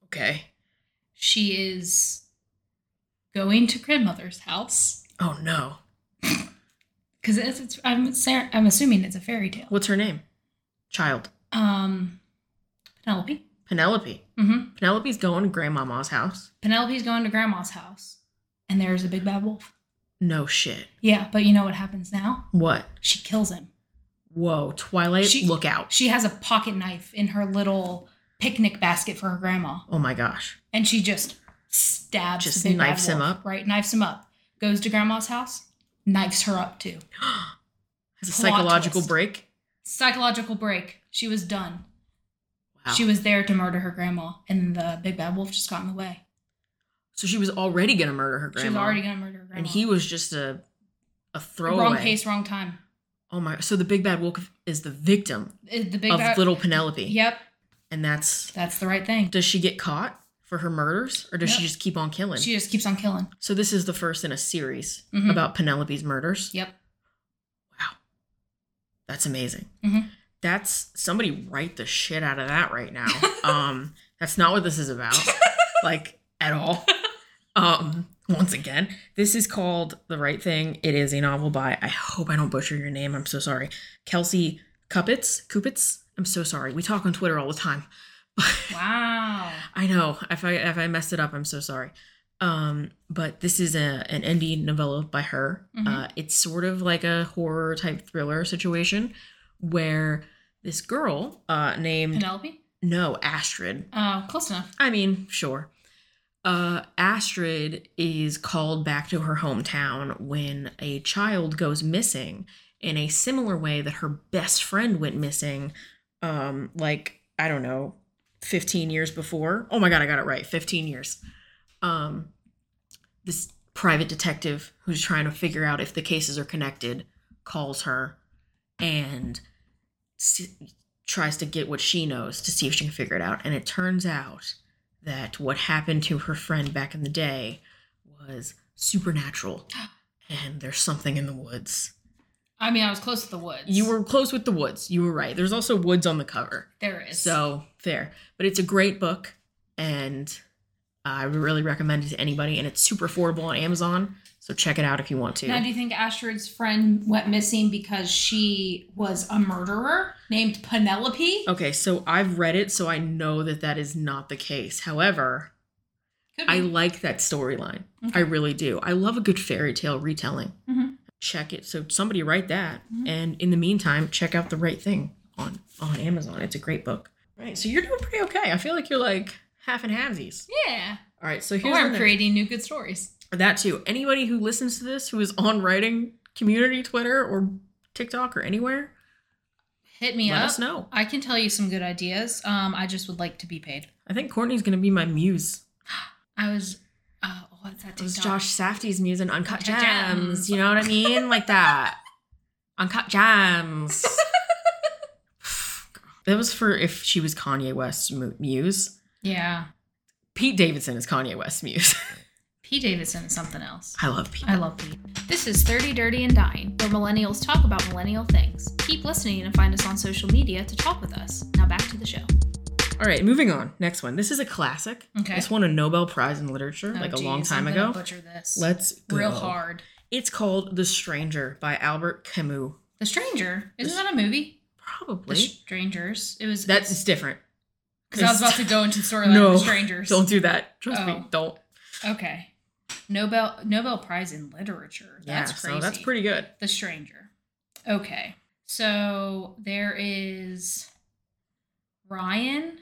[SPEAKER 1] Okay.
[SPEAKER 2] She is going to grandmother's house
[SPEAKER 1] Oh no.
[SPEAKER 2] because it's, it's I'm sa- I'm assuming it's a fairy tale.
[SPEAKER 1] What's her name? Child.
[SPEAKER 2] Um, Penelope.
[SPEAKER 1] Penelope.
[SPEAKER 2] Mm-hmm.
[SPEAKER 1] Penelope's going to grandmama's house.
[SPEAKER 2] Penelope's going to grandma's house, and there's a big bad wolf.
[SPEAKER 1] No shit.
[SPEAKER 2] Yeah, but you know what happens now?
[SPEAKER 1] What?
[SPEAKER 2] She kills him.
[SPEAKER 1] Whoa, Twilight,
[SPEAKER 2] She-
[SPEAKER 1] look out.
[SPEAKER 2] She has a pocket knife in her little picnic basket for her grandma,
[SPEAKER 1] Oh my gosh.
[SPEAKER 2] and she just stabs
[SPEAKER 1] Just
[SPEAKER 2] the big bad
[SPEAKER 1] knifes him
[SPEAKER 2] wolf,
[SPEAKER 1] up?
[SPEAKER 2] Right, knifes him up. Goes to grandma's house, knifes her up too.
[SPEAKER 1] Has
[SPEAKER 2] Plot
[SPEAKER 1] a psychological
[SPEAKER 2] twist.
[SPEAKER 1] break.
[SPEAKER 2] Psychological break. She was done.
[SPEAKER 1] Wow.
[SPEAKER 2] She was there to murder her grandma, and the big bad wolf just got in the way.
[SPEAKER 1] so she was already gonna murder her
[SPEAKER 2] She was
[SPEAKER 1] grandma.
[SPEAKER 2] already gonna murder her grandma.
[SPEAKER 1] and he was just a a throwaway.
[SPEAKER 2] wrong case, wrong time.
[SPEAKER 1] Oh my so the big bad wolf is the victim
[SPEAKER 2] Uh, The big
[SPEAKER 1] of
[SPEAKER 2] bad.
[SPEAKER 1] little Penelope.
[SPEAKER 2] Yep,
[SPEAKER 1] And that's
[SPEAKER 2] that's the right thing.
[SPEAKER 1] does she get caught for her murders or does she
[SPEAKER 2] Nope.
[SPEAKER 1] just keep on killing?
[SPEAKER 2] She just keeps on killing.
[SPEAKER 1] so this is the first in a series
[SPEAKER 2] Mhm.
[SPEAKER 1] about Penelope's murders.
[SPEAKER 2] Yep.
[SPEAKER 1] That's amazing.
[SPEAKER 2] Mhm.
[SPEAKER 1] That's somebody write the shit out of that right now. um, that's not what this is about, like at all. Um, once again, this is called The Right Thing. It is a novel by I hope I don't butcher your name. I'm so sorry, Kelsey Cuppets. Cuppets. I'm so sorry. We talk on Twitter all the time.
[SPEAKER 2] Wow.
[SPEAKER 1] I know. If I if I messed it up, I'm so sorry. Um, but this is a an indie novella by her.
[SPEAKER 2] Mhm.
[SPEAKER 1] Uh, it's sort of like a horror type thriller situation where this girl uh, named
[SPEAKER 2] Penelope?
[SPEAKER 1] no Astrid.
[SPEAKER 2] Uh, close enough.
[SPEAKER 1] I mean, sure. Uh, Astrid is called back to her hometown when a child goes missing in a similar way that her best friend went missing, um, like, I don't know, 15 years before. Oh my God, I got it right. 15 years. Um, this private detective who's trying to figure out if the cases are connected calls her and s- tries to get what she knows to see if she can figure it out. And it turns out that what happened to her friend back in the day was supernatural. And there's something in the woods.
[SPEAKER 2] I mean, I was close to the woods.
[SPEAKER 1] You were close with the woods. You were right. There's also woods on the cover.
[SPEAKER 2] There is.
[SPEAKER 1] So fair. But it's a great book. And I really recommend it to anybody. And it's super affordable on Amazon. So check it out if you want to.
[SPEAKER 2] Now, do you think Astrid's friend went missing because she was a murderer named Penelope?
[SPEAKER 1] Okay, so I've read it, so I know that that is not the case. However,
[SPEAKER 2] Could
[SPEAKER 1] I
[SPEAKER 2] be.
[SPEAKER 1] like that storyline.
[SPEAKER 2] Okay.
[SPEAKER 1] I really do. I love a good fairy tale retelling.
[SPEAKER 2] Mhm.
[SPEAKER 1] Check it. So somebody write that,
[SPEAKER 2] Mhm.
[SPEAKER 1] and in the meantime, check out the right thing on on Amazon. It's a great book. Right. So you're doing pretty okay. I feel like you're like half and halvesies.
[SPEAKER 2] yeah.
[SPEAKER 1] All right. So
[SPEAKER 2] Or
[SPEAKER 1] here's the
[SPEAKER 2] Oh, I'm
[SPEAKER 1] next-
[SPEAKER 2] creating new good stories.
[SPEAKER 1] that too. Anybody who listens to this who is on writing community Twitter or TikTok or anywhere,
[SPEAKER 2] Hit me
[SPEAKER 1] let
[SPEAKER 2] up.
[SPEAKER 1] us know.
[SPEAKER 2] I can tell you some good ideas. Um, I just would like to be paid.
[SPEAKER 1] I think Courtney's gonna be my muse.
[SPEAKER 2] I was. Uh, what's that?
[SPEAKER 1] It was
[SPEAKER 2] TikTok?
[SPEAKER 1] Josh Safdie's muse and Uncut
[SPEAKER 2] Uncut
[SPEAKER 1] Gems.
[SPEAKER 2] Gems.
[SPEAKER 1] You know what I mean? Like that. Uncut Gems. that was for if she was Kanye West's mu- muse.
[SPEAKER 2] Yeah.
[SPEAKER 1] Pete Davidson is Kanye West's muse.
[SPEAKER 2] P. Davidson is something else.
[SPEAKER 1] I love Pete.
[SPEAKER 2] I love Pete. This is 30 Dirty and Dying, where millennials talk about millennial things. Keep listening and find us on social media to talk with us. Now back to the show.
[SPEAKER 1] All right, moving on. Next one. This is a classic.
[SPEAKER 2] Okay. Oh,
[SPEAKER 1] This won a Nobel Prize in literature like a long time ago.
[SPEAKER 2] Butcher this.
[SPEAKER 1] Let's go.
[SPEAKER 2] Real hard.
[SPEAKER 1] It's called The Stranger by Albert Camus.
[SPEAKER 2] The Stranger. Isn't
[SPEAKER 1] This-
[SPEAKER 2] that a movie? The
[SPEAKER 1] Probably.
[SPEAKER 2] Strangers. It was.
[SPEAKER 1] That's different.
[SPEAKER 2] because I was about to go into the storyline
[SPEAKER 1] No.
[SPEAKER 2] of The Strangers.
[SPEAKER 1] Don't do that. Trust me.
[SPEAKER 2] Oh.
[SPEAKER 1] Don't.
[SPEAKER 2] Okay. Nobel Nobel Prize in Literature. That's
[SPEAKER 1] yeah,
[SPEAKER 2] crazy.
[SPEAKER 1] so that's pretty good.
[SPEAKER 2] The Stranger. Okay. So there is Ryan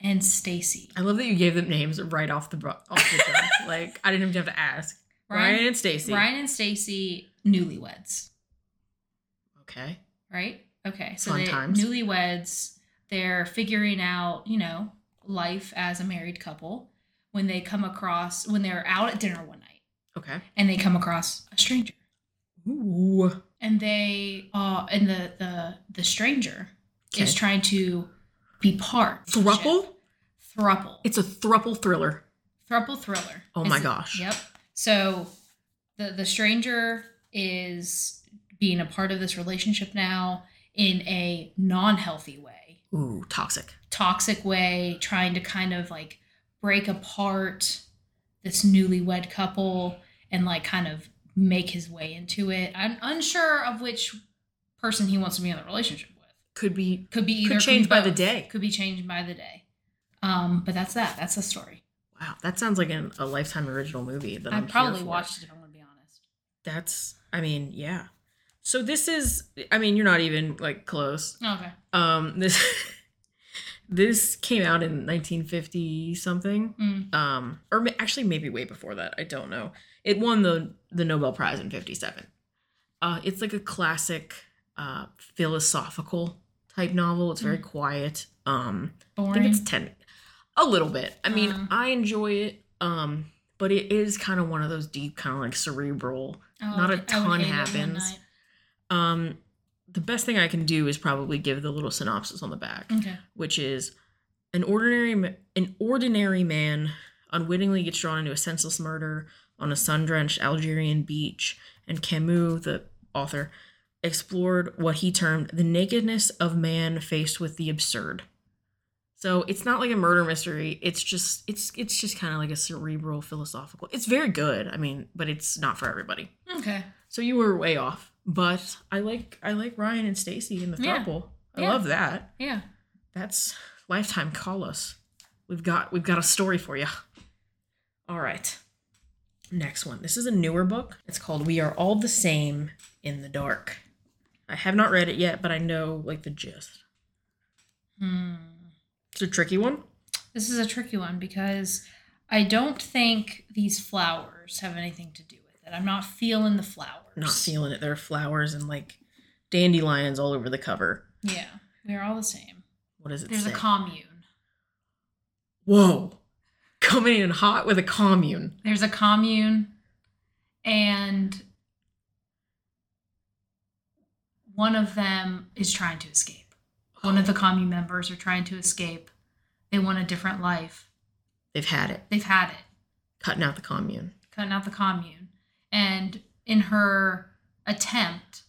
[SPEAKER 2] and Stacy.
[SPEAKER 1] I love that you gave them names right off the bro- off the jump. like I didn't even have to ask. Ryan, and Stacy.
[SPEAKER 2] Ryan and Stacy, newlyweds,
[SPEAKER 1] Okay.
[SPEAKER 2] right? Okay, so
[SPEAKER 1] Fun
[SPEAKER 2] they
[SPEAKER 1] times.
[SPEAKER 2] newlyweds, they're figuring out, you know, life as a married couple when they come across when they're out at dinner one night
[SPEAKER 1] Okay.
[SPEAKER 2] and they come across a stranger.
[SPEAKER 1] Ooh.
[SPEAKER 2] And they uh and the the the stranger
[SPEAKER 1] Okay.
[SPEAKER 2] is trying to be part
[SPEAKER 1] Thruple?
[SPEAKER 2] thruple.
[SPEAKER 1] It's a thruple thriller.
[SPEAKER 2] Thruple thriller.
[SPEAKER 1] Oh
[SPEAKER 2] Is
[SPEAKER 1] my
[SPEAKER 2] it-
[SPEAKER 1] gosh.
[SPEAKER 2] Yep. So the the stranger is being a part of this relationship now in a non-healthy way,
[SPEAKER 1] Ooh, toxic.
[SPEAKER 2] toxic way, trying to kind of like break apart this newlywed couple and like kind of make his way into it. I'm unsure of which person he wants to be in the relationship with.
[SPEAKER 1] Could be
[SPEAKER 2] Could be either
[SPEAKER 1] could change
[SPEAKER 2] could be
[SPEAKER 1] by the
[SPEAKER 2] both.
[SPEAKER 1] day.
[SPEAKER 2] Could be changed by the day. Um, but that's that. That's the story.
[SPEAKER 1] Wow, that sounds like an, a lifetime original movie that
[SPEAKER 2] I
[SPEAKER 1] I'm here
[SPEAKER 2] probably
[SPEAKER 1] for.
[SPEAKER 2] watched it if I'm gonna be honest.
[SPEAKER 1] That's, I mean, yeah. So this is, I mean, you're not even like close.
[SPEAKER 2] Okay.
[SPEAKER 1] Um, this this came out in 1950 something,
[SPEAKER 2] Mm.
[SPEAKER 1] um, or ma- actually maybe way before that. I don't know. It won the the Nobel Prize in 57. Uh, it's like a classic uh, philosophical type novel. It's very quiet. Um, I
[SPEAKER 2] Mm. Boring.
[SPEAKER 1] think it's ten, a little bit. I mean,
[SPEAKER 2] Uh.
[SPEAKER 1] I enjoy it, um, but it is kind of one of those deep, kind of like cerebral
[SPEAKER 2] Oh,
[SPEAKER 1] not a
[SPEAKER 2] I would
[SPEAKER 1] ton
[SPEAKER 2] hate it one
[SPEAKER 1] happens.
[SPEAKER 2] night.
[SPEAKER 1] um, the best thing I can do is probably give the little synopsis on the back,
[SPEAKER 2] Okay.
[SPEAKER 1] which is an ordinary ma- an ordinary man unwittingly gets drawn into a senseless murder on a sun-drenched Algerian beach, and Camus, the author, explored what he termed the nakedness of man faced with the absurd. So it's not like a murder mystery. It's just it's it's just kind of like a cerebral philosophical. It's very good. I mean, but it's not for everybody.
[SPEAKER 2] Okay.
[SPEAKER 1] So you were way off, but I like I like Ryan and Stacy in the
[SPEAKER 2] Yeah.
[SPEAKER 1] throuple. I
[SPEAKER 2] Yeah.
[SPEAKER 1] love that.
[SPEAKER 2] Yeah.
[SPEAKER 1] That's lifetime call us. We've got we've got a story for you. All right. Next one. This is a newer book. It's called We Are All the Same in the Dark. I have not read it yet, but I know like the gist.
[SPEAKER 2] Hmm.
[SPEAKER 1] It's a tricky one.
[SPEAKER 2] This is a tricky one because I don't think these flowers have anything to do with it. I'm not feeling the flowers.
[SPEAKER 1] Not feeling it. There are flowers and like dandelions all over the cover.
[SPEAKER 2] Yeah. We're all the same.
[SPEAKER 1] What does it
[SPEAKER 2] There's
[SPEAKER 1] say?
[SPEAKER 2] a commune.
[SPEAKER 1] Whoa. Coming in hot with a commune.
[SPEAKER 2] There's a commune and one of them is trying to escape. One of the commune members are trying to escape. They want a different life.
[SPEAKER 1] They've had it.
[SPEAKER 2] They've had it.
[SPEAKER 1] Cutting out the commune.
[SPEAKER 2] cutting out the commune and in her attempt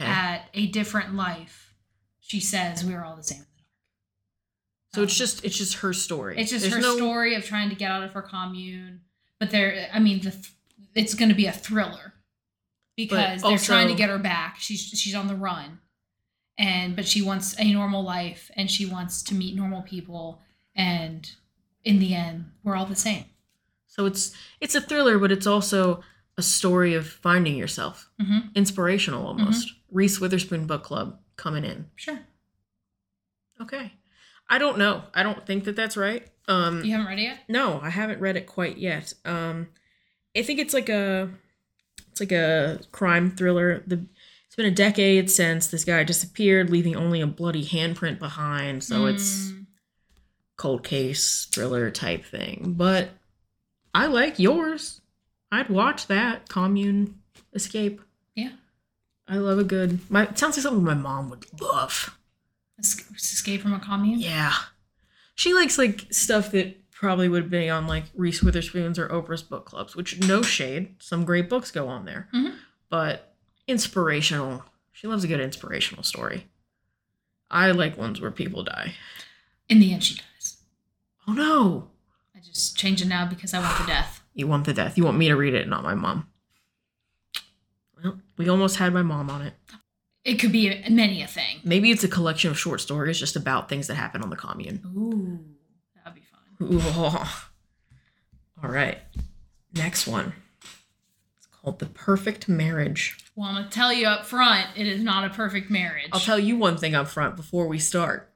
[SPEAKER 1] Okay.
[SPEAKER 2] at a different life she says we're all the same in the dark
[SPEAKER 1] So it's
[SPEAKER 2] Um,
[SPEAKER 1] just it's just her story.
[SPEAKER 2] it's just
[SPEAKER 1] There's
[SPEAKER 2] her
[SPEAKER 1] no-
[SPEAKER 2] story of trying to get out of her commune but there i mean the th- it's going to be a thriller because they're trying to
[SPEAKER 1] also-
[SPEAKER 2] get her back she's she's on the run and but she wants a normal life and she wants to meet normal people and in the end we're all the same
[SPEAKER 1] So it's it's a thriller, but it's also a story of finding yourself,
[SPEAKER 2] hmm
[SPEAKER 1] inspirational almost. Reese Witherspoon book club coming in.
[SPEAKER 2] sure
[SPEAKER 1] Okay, I don't know. I don't think that that's right. Um,
[SPEAKER 2] you haven't read it yet
[SPEAKER 1] No, I haven't read it quite yet. Um, I think it's like a it's like a crime thriller. The it's been a decade since this guy disappeared, leaving only a bloody handprint behind. So it's
[SPEAKER 2] Mm.
[SPEAKER 1] cold case thriller type thing. But I like yours. I'd watch that commune escape.
[SPEAKER 2] Yeah.
[SPEAKER 1] I love a good. My it sounds like something my mom would love.
[SPEAKER 2] Es- Escape from a commune.
[SPEAKER 1] Yeah, she likes like stuff that probably would be on like Reese Witherspoon's or Oprah's book clubs. Which no shade, some great books go on there,
[SPEAKER 2] Mhm.
[SPEAKER 1] but inspirational. She loves a good inspirational story. I like ones where people die.
[SPEAKER 2] In the end, she dies.
[SPEAKER 1] Oh no!
[SPEAKER 2] I just change it now because I want the death.
[SPEAKER 1] You want the death. You want me to read it, not my mom. Well, we almost had my mom on it.
[SPEAKER 2] It could be a, many a thing.
[SPEAKER 1] Maybe it's a collection of short stories just about things that happen on the commune.
[SPEAKER 2] Ooh, that'd be fun.
[SPEAKER 1] Ooh. All right. Next one. It's called The Perfect Marriage.
[SPEAKER 2] Well, I'm gonna tell you up front, it is not a perfect marriage.
[SPEAKER 1] I'll tell you one thing up front before we start.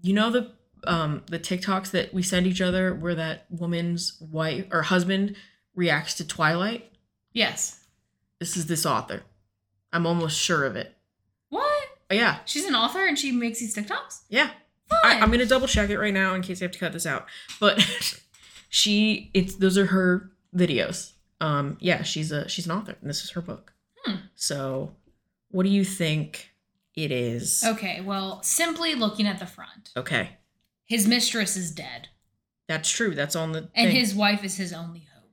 [SPEAKER 1] You know the um the TikToks that we send each other where that woman's wife or husband reacts to Twilight?
[SPEAKER 2] Yes.
[SPEAKER 1] This is this author. I'm almost sure of it. Oh,
[SPEAKER 2] What?
[SPEAKER 1] Yeah,
[SPEAKER 2] She's an author and she makes these TikToks.
[SPEAKER 1] yeah.
[SPEAKER 2] Fun.
[SPEAKER 1] I, I'm gonna double check it right now in case I have to cut this out. But she, it's those are her videos. Um, yeah, she's a she's an author, and this is her book.
[SPEAKER 2] Hmm.
[SPEAKER 1] So, what do you think it is?
[SPEAKER 2] okay. Well, simply looking at the front,
[SPEAKER 1] Okay,
[SPEAKER 2] his mistress is dead,
[SPEAKER 1] that's true. That's on the
[SPEAKER 2] and
[SPEAKER 1] thing.
[SPEAKER 2] his wife is his only hope.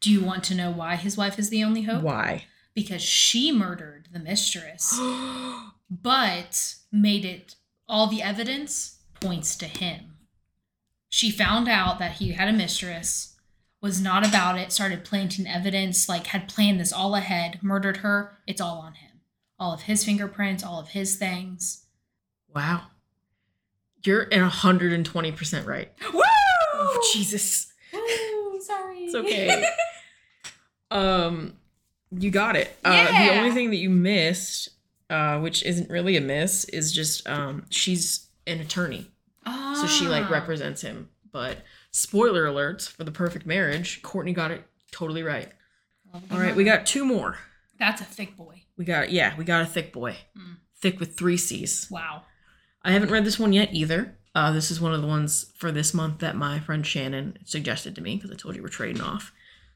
[SPEAKER 2] Do you want to know why his wife is the only hope?
[SPEAKER 1] why.
[SPEAKER 2] Because she murdered the mistress. but made it all the evidence points to him. She found out that he had a mistress, was not about it, started planting evidence, like had planned this all ahead, murdered her. It's all on him. All of his fingerprints, all of his things.
[SPEAKER 1] wow, you're at 120 percent right.
[SPEAKER 2] Woo!
[SPEAKER 1] Oh, Jesus,
[SPEAKER 2] Woo! Sorry.
[SPEAKER 1] it's okay. um, You got it. Uh, the
[SPEAKER 2] Yeah.
[SPEAKER 1] only thing that you missed, uh, which isn't really a miss, is just um, she's an attorney,
[SPEAKER 2] Oh.
[SPEAKER 1] so she like represents him. But spoiler alerts for the perfect marriage, Courtney got it totally right. All right, we got two more.
[SPEAKER 2] That's a thick boy.
[SPEAKER 1] We got yeah, we got a thick boy,
[SPEAKER 2] Mm.
[SPEAKER 1] thick with three C's.
[SPEAKER 2] Wow.
[SPEAKER 1] I haven't read this one yet either. Uh, this is one of the ones for this month that my friend Shannon suggested to me because I told you we're trading off.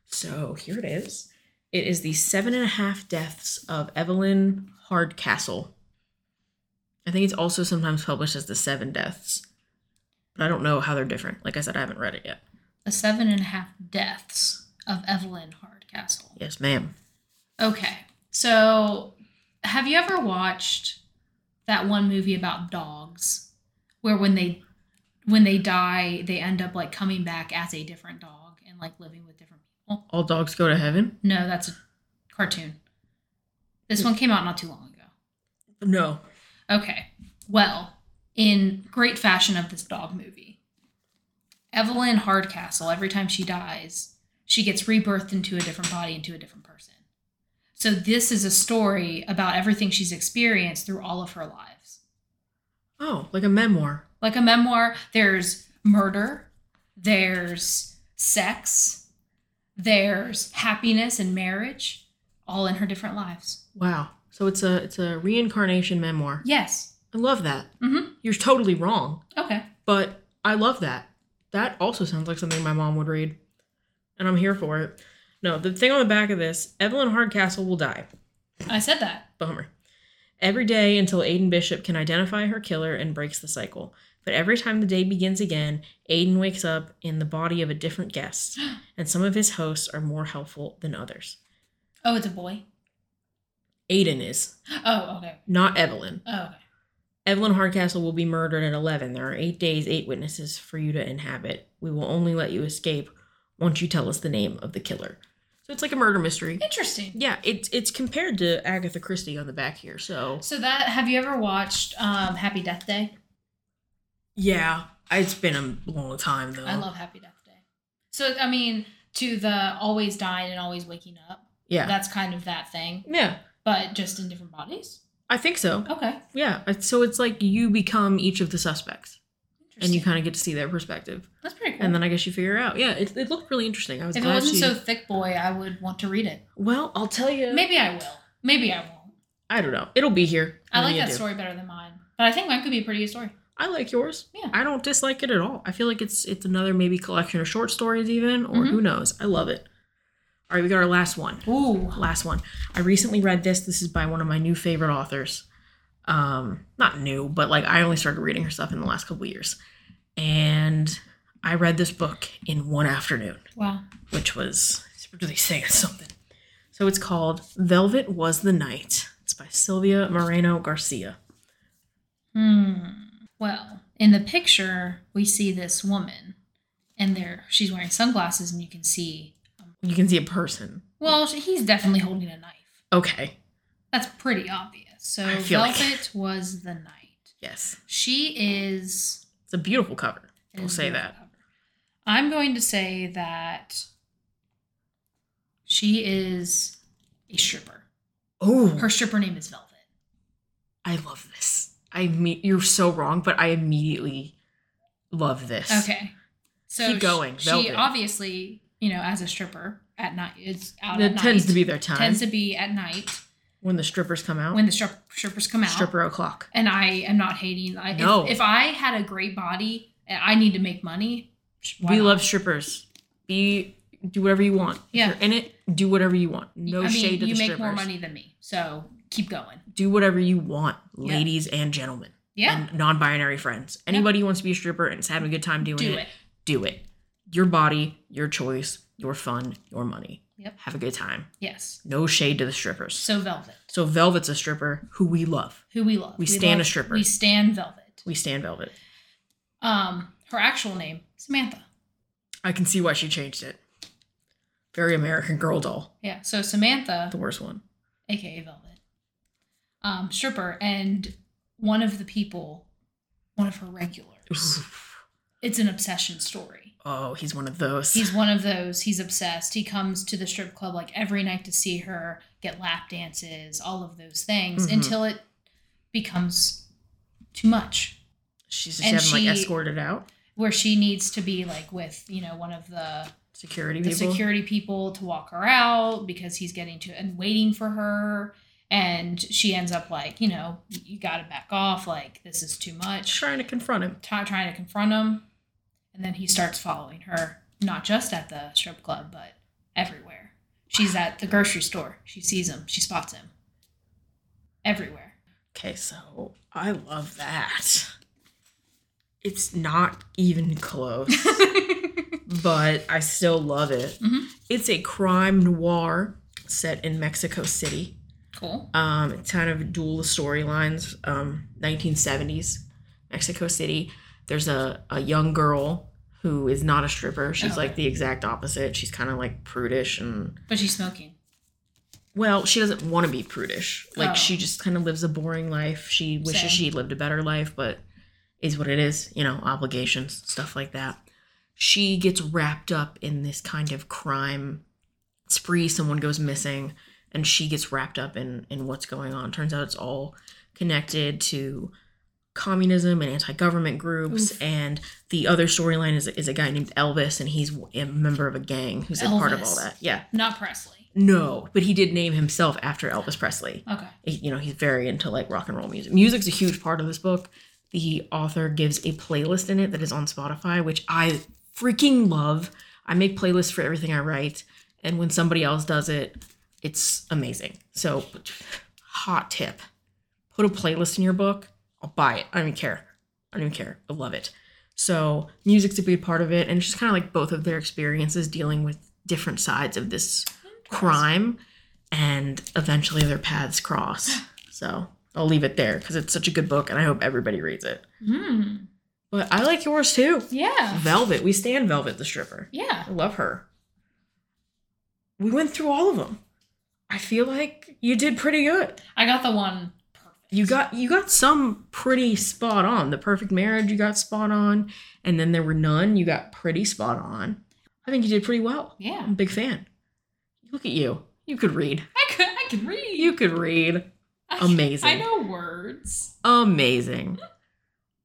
[SPEAKER 1] So here it is. It is the seven and a half deaths of Evelyn Hardcastle. I think it's also sometimes published as the seven deaths, but I don't know how they're different. Like I said, I haven't read it yet.
[SPEAKER 2] The seven and a half deaths of Evelyn Hardcastle.
[SPEAKER 1] Yes, ma'am.
[SPEAKER 2] Okay. So, have you ever watched that one movie about dogs where when they when they die, they end up like coming back as a different dog and like living with different people?
[SPEAKER 1] All dogs go to heaven.
[SPEAKER 2] No, that's a cartoon. This one came out not too long ago.
[SPEAKER 1] No.
[SPEAKER 2] Okay. Well, in great fashion of this dog movie, Evelyn Hardcastle, every time she dies, she gets rebirthed into a different body, into a different person. So, this is a story about everything she's experienced through all of her lives.
[SPEAKER 1] Oh, like a memoir.
[SPEAKER 2] Like a memoir, there's murder, there's sex, there's happiness and marriage, all in her different lives.
[SPEAKER 1] Wow. So it's a it's a reincarnation memoir.
[SPEAKER 2] Yes.
[SPEAKER 1] I love that.
[SPEAKER 2] Mhm.
[SPEAKER 1] You're totally wrong.
[SPEAKER 2] Okay.
[SPEAKER 1] But I love that. That also sounds like something my mom would read. And I'm here for it. No, the thing on the back of this Evelyn Hardcastle will die.
[SPEAKER 2] I said that.
[SPEAKER 1] Bummer. Every day until Aiden Bishop can identify her killer and breaks the cycle. But every time the day begins again, Aiden wakes up in the body of a different guest, and some of his hosts are more helpful than others.
[SPEAKER 2] Oh, it's a boy.
[SPEAKER 1] Aiden is,
[SPEAKER 2] Oh, okay.
[SPEAKER 1] not Evelyn.
[SPEAKER 2] Oh, okay.
[SPEAKER 1] Evelyn Hardcastle will be murdered at 11. There are eight days, eight witnesses for you to inhabit. We will only let you escape once you tell us the name of the killer. So it's like a murder mystery.
[SPEAKER 2] Interesting.
[SPEAKER 1] Yeah, it's it's compared to Agatha Christie on the back here. So
[SPEAKER 2] So that have you ever watched um, Happy Death Day?
[SPEAKER 1] yeah, it's been a long time though.
[SPEAKER 2] I love Happy Death Day. So I mean, to the always dying and always waking up.
[SPEAKER 1] Yeah,
[SPEAKER 2] That's kind of that thing,
[SPEAKER 1] yeah,
[SPEAKER 2] but just in different bodies.
[SPEAKER 1] I think so.
[SPEAKER 2] Okay.
[SPEAKER 1] Yeah, it's- so it's like you become each of the suspects,
[SPEAKER 2] Interesting.
[SPEAKER 1] and you kind of get to see their perspective,
[SPEAKER 2] That's pretty cool.
[SPEAKER 1] and then I guess you figure out. Yeah, it, it looked really interesting. I was
[SPEAKER 2] if it
[SPEAKER 1] glad
[SPEAKER 2] wasn't
[SPEAKER 1] she-
[SPEAKER 2] so thick, boy, I would want to read it.
[SPEAKER 1] well. I'll tell you.
[SPEAKER 2] Maybe I will. Maybe I won't.
[SPEAKER 1] I don't know. It'll be here.
[SPEAKER 2] I
[SPEAKER 1] What do
[SPEAKER 2] like
[SPEAKER 1] you
[SPEAKER 2] that
[SPEAKER 1] do?
[SPEAKER 2] story better than mine, but I think mine could be a pretty good story.
[SPEAKER 1] I like yours.
[SPEAKER 2] Yeah.
[SPEAKER 1] I don't dislike it at all. I feel like it's it's another maybe collection of short stories even, or who knows. I love it. All right, we got our last one.
[SPEAKER 2] Ooh.
[SPEAKER 1] Last one. I recently read this. This is by one of my new favorite authors. Um, not new, but like I only started reading her stuff in the last couple years. And I read this book in one afternoon,
[SPEAKER 2] Wow.
[SPEAKER 1] which was really saying something. So it's called Velvet Was the Night. It's by Sylvia Moreno Garcia.
[SPEAKER 2] Hmm. Well, in the picture, we see this woman, and there she's wearing sunglasses, and you can see.
[SPEAKER 1] You can see a person.
[SPEAKER 2] Well, she- he's definitely holding a knife.
[SPEAKER 1] Okay.
[SPEAKER 2] That's pretty obvious. So
[SPEAKER 1] I feel like-
[SPEAKER 2] Velvet was the night.
[SPEAKER 1] Yes.
[SPEAKER 2] She is.
[SPEAKER 1] It's a beautiful cover.
[SPEAKER 2] it
[SPEAKER 1] We'll
[SPEAKER 2] is
[SPEAKER 1] say
[SPEAKER 2] beautiful
[SPEAKER 1] that.
[SPEAKER 2] cover. I'm going to say that she is a stripper.
[SPEAKER 1] Oh,
[SPEAKER 2] Her stripper name is Velvet.
[SPEAKER 1] I love this. I mean, you're so wrong, but I immediately love this.
[SPEAKER 2] Okay. So
[SPEAKER 1] Keep
[SPEAKER 2] sh-
[SPEAKER 1] going,
[SPEAKER 2] She
[SPEAKER 1] Velvet.
[SPEAKER 2] obviously, you know, as a stripper at night, it's out
[SPEAKER 1] That
[SPEAKER 2] at
[SPEAKER 1] tends
[SPEAKER 2] night.
[SPEAKER 1] to be their time
[SPEAKER 2] tends to be at night
[SPEAKER 1] when the strippers come out.
[SPEAKER 2] when the strip- strippers come out.
[SPEAKER 1] stripper o'clock.
[SPEAKER 2] And I am not hating. I, if-
[SPEAKER 1] No.
[SPEAKER 2] if, I had a great body and I need to make money, sh- why
[SPEAKER 1] we
[SPEAKER 2] not?
[SPEAKER 1] love strippers. Be do whatever you want.
[SPEAKER 2] Yeah.
[SPEAKER 1] If you're in it, do whatever you want. No
[SPEAKER 2] I mean,
[SPEAKER 1] shade to
[SPEAKER 2] you
[SPEAKER 1] the
[SPEAKER 2] make
[SPEAKER 1] strippers.
[SPEAKER 2] more money than me, so keep going.
[SPEAKER 1] Do whatever you want,
[SPEAKER 2] Yeah.
[SPEAKER 1] ladies and gentlemen
[SPEAKER 2] Yeah,
[SPEAKER 1] and non-binary friends. Anybody who wants to be a stripper and is having a good time doing
[SPEAKER 2] do it.
[SPEAKER 1] do it. Your body, your choice, your fun, your money.
[SPEAKER 2] Yep.
[SPEAKER 1] Have a good time.
[SPEAKER 2] Yes.
[SPEAKER 1] No shade to the strippers.
[SPEAKER 2] So Velvet,
[SPEAKER 1] So Velvet's a stripper who we love.
[SPEAKER 2] who we love,
[SPEAKER 1] We stand
[SPEAKER 2] love-
[SPEAKER 1] a stripper.
[SPEAKER 2] We stand Velvet.
[SPEAKER 1] We stand Velvet.
[SPEAKER 2] Um, her actual name Samantha.
[SPEAKER 1] I can see why she changed it. Very American Girl doll,
[SPEAKER 2] Yeah. So Samantha,
[SPEAKER 1] the worst one.
[SPEAKER 2] aka Velvet, um, stripper, and one of the people, one of her regulars, it's an obsession story.
[SPEAKER 1] Oh, he's one of those.
[SPEAKER 2] He's one of those. He's obsessed. He comes to the strip club like every night to see her, get lap dances, all of those things
[SPEAKER 1] Mhm.
[SPEAKER 2] until it becomes too much.
[SPEAKER 1] She's just
[SPEAKER 2] and
[SPEAKER 1] having
[SPEAKER 2] she-
[SPEAKER 1] like escorted out
[SPEAKER 2] Where she needs to be like with, you know, one of the
[SPEAKER 1] security
[SPEAKER 2] the
[SPEAKER 1] people.
[SPEAKER 2] security people to walk her out because he's getting to and waiting for her and she ends up like you know you gotta back off like this is too much
[SPEAKER 1] trying to confront him.
[SPEAKER 2] Ty- trying to confront him and then he starts following her not just at the strip club but everywhere she's at the grocery store she sees him she spots him everywhere
[SPEAKER 1] Okay, so I love that. It's not even close, but I still love it.
[SPEAKER 2] Mhm.
[SPEAKER 1] It's a crime noir set in Mexico City.
[SPEAKER 2] cool
[SPEAKER 1] Um, it's kind of dual storylines. Um, 1970s Mexico City. There's a, a young girl who is not a stripper. She's
[SPEAKER 2] Oh.
[SPEAKER 1] like the exact opposite. She's kind of like prudish and
[SPEAKER 2] but she's smoking
[SPEAKER 1] well, she doesn't want to be prudish. Like
[SPEAKER 2] Oh.
[SPEAKER 1] she just kind of lives a boring life. She wishes
[SPEAKER 2] Same.
[SPEAKER 1] she lived a better life, but is what it is, you know, obligations, stuff like that. She gets wrapped up in this kind of crime spree, someone goes missing, and she gets wrapped up in in what's going on. Turns out it's all connected to communism and anti-government groups
[SPEAKER 2] Oof.
[SPEAKER 1] and the other storyline is, is a guy named elvis and he's a member of a gang who's a part of all
[SPEAKER 2] Elvis.
[SPEAKER 1] that yeah
[SPEAKER 2] not presley
[SPEAKER 1] no, but he did name himself after Elvis Presley.
[SPEAKER 2] okay
[SPEAKER 1] He- You know, he's very into like rock and roll music. Music's a huge part of this book. The author gives a playlist in it that is on Spotify, which I freaking love. I make playlists for everything I write, and when somebody else does it, it's amazing. So, hot tip put a playlist in your book. I'll buy it. I don't even care. I don't even care. I love it. So, music's a big part of it, and it's just kind of like both of their experiences dealing with different sides of this crime and eventually their paths cross. So I'll leave it there because it's such a good book and I hope everybody reads it.
[SPEAKER 2] mm.
[SPEAKER 1] But I like yours too.
[SPEAKER 2] yeah
[SPEAKER 1] Velvet. We stand Velvet the stripper.
[SPEAKER 2] yeah
[SPEAKER 1] I love her. We went through all of them. I feel like you did pretty good.
[SPEAKER 2] i got the one perfect
[SPEAKER 1] You got you got some pretty spot on. The perfect marriage you got spot on, and then there were none you got pretty spot on. I think you did pretty well.
[SPEAKER 2] yeah
[SPEAKER 1] I'm a big fan. Look at you. You could read.
[SPEAKER 2] i could i could read
[SPEAKER 1] You could read.
[SPEAKER 2] I-
[SPEAKER 1] Amazing.
[SPEAKER 2] I know words.
[SPEAKER 1] amazing.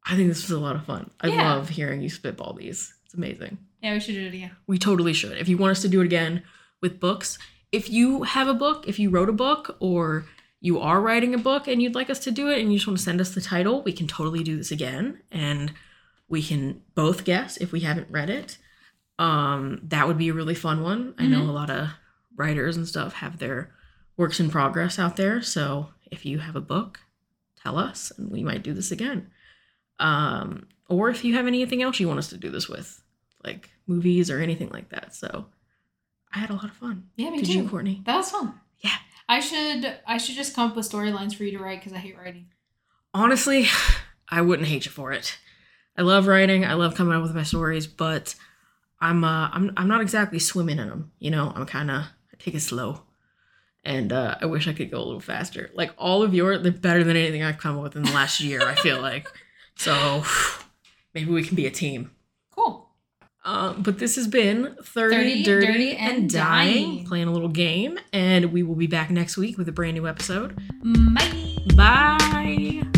[SPEAKER 1] I think this was a lot of fun. I
[SPEAKER 2] Yeah.
[SPEAKER 1] love hearing you spitball these. It's amazing.
[SPEAKER 2] Yeah, we should do it again.
[SPEAKER 1] We totally should. If you want us to do it again with books, if you have a book, if you wrote a book, or you are writing a book and you'd like us to do it and you just want to send us the title, we can totally do this again. And we can both guess if we haven't read it. Um, that would be a really fun one. I know a lot of writers and stuff have their works in progress out there. So if you have a book, tell us and we might do this again. Um, or if you have anything else you want us to do this with, like movies or anything like that. So I had a lot of fun.
[SPEAKER 2] Yeah, me
[SPEAKER 1] Did
[SPEAKER 2] too.
[SPEAKER 1] you, Courtney?
[SPEAKER 2] That was fun.
[SPEAKER 1] Yeah.
[SPEAKER 2] I should I should just come up with storylines for you to write because I hate writing.
[SPEAKER 1] honestly, I wouldn't hate you for it. I love writing. I love coming up with my stories, but I'm uh, I'm I'm not exactly swimming in them. You know, I'm kind of I take it slow, and uh, I wish I could go a little faster. Like all of your, they're better than anything I've come up with in the last year. I feel like so. Maybe we can be a team.
[SPEAKER 2] Cool.
[SPEAKER 1] Um, but this has been 30,
[SPEAKER 2] 30,
[SPEAKER 1] Dirty,
[SPEAKER 2] Dirty,
[SPEAKER 1] and,
[SPEAKER 2] and
[SPEAKER 1] dying.
[SPEAKER 2] Dying.
[SPEAKER 1] playing a little game, and we will be back next week with a brand new episode.
[SPEAKER 2] Bye.
[SPEAKER 1] Bye.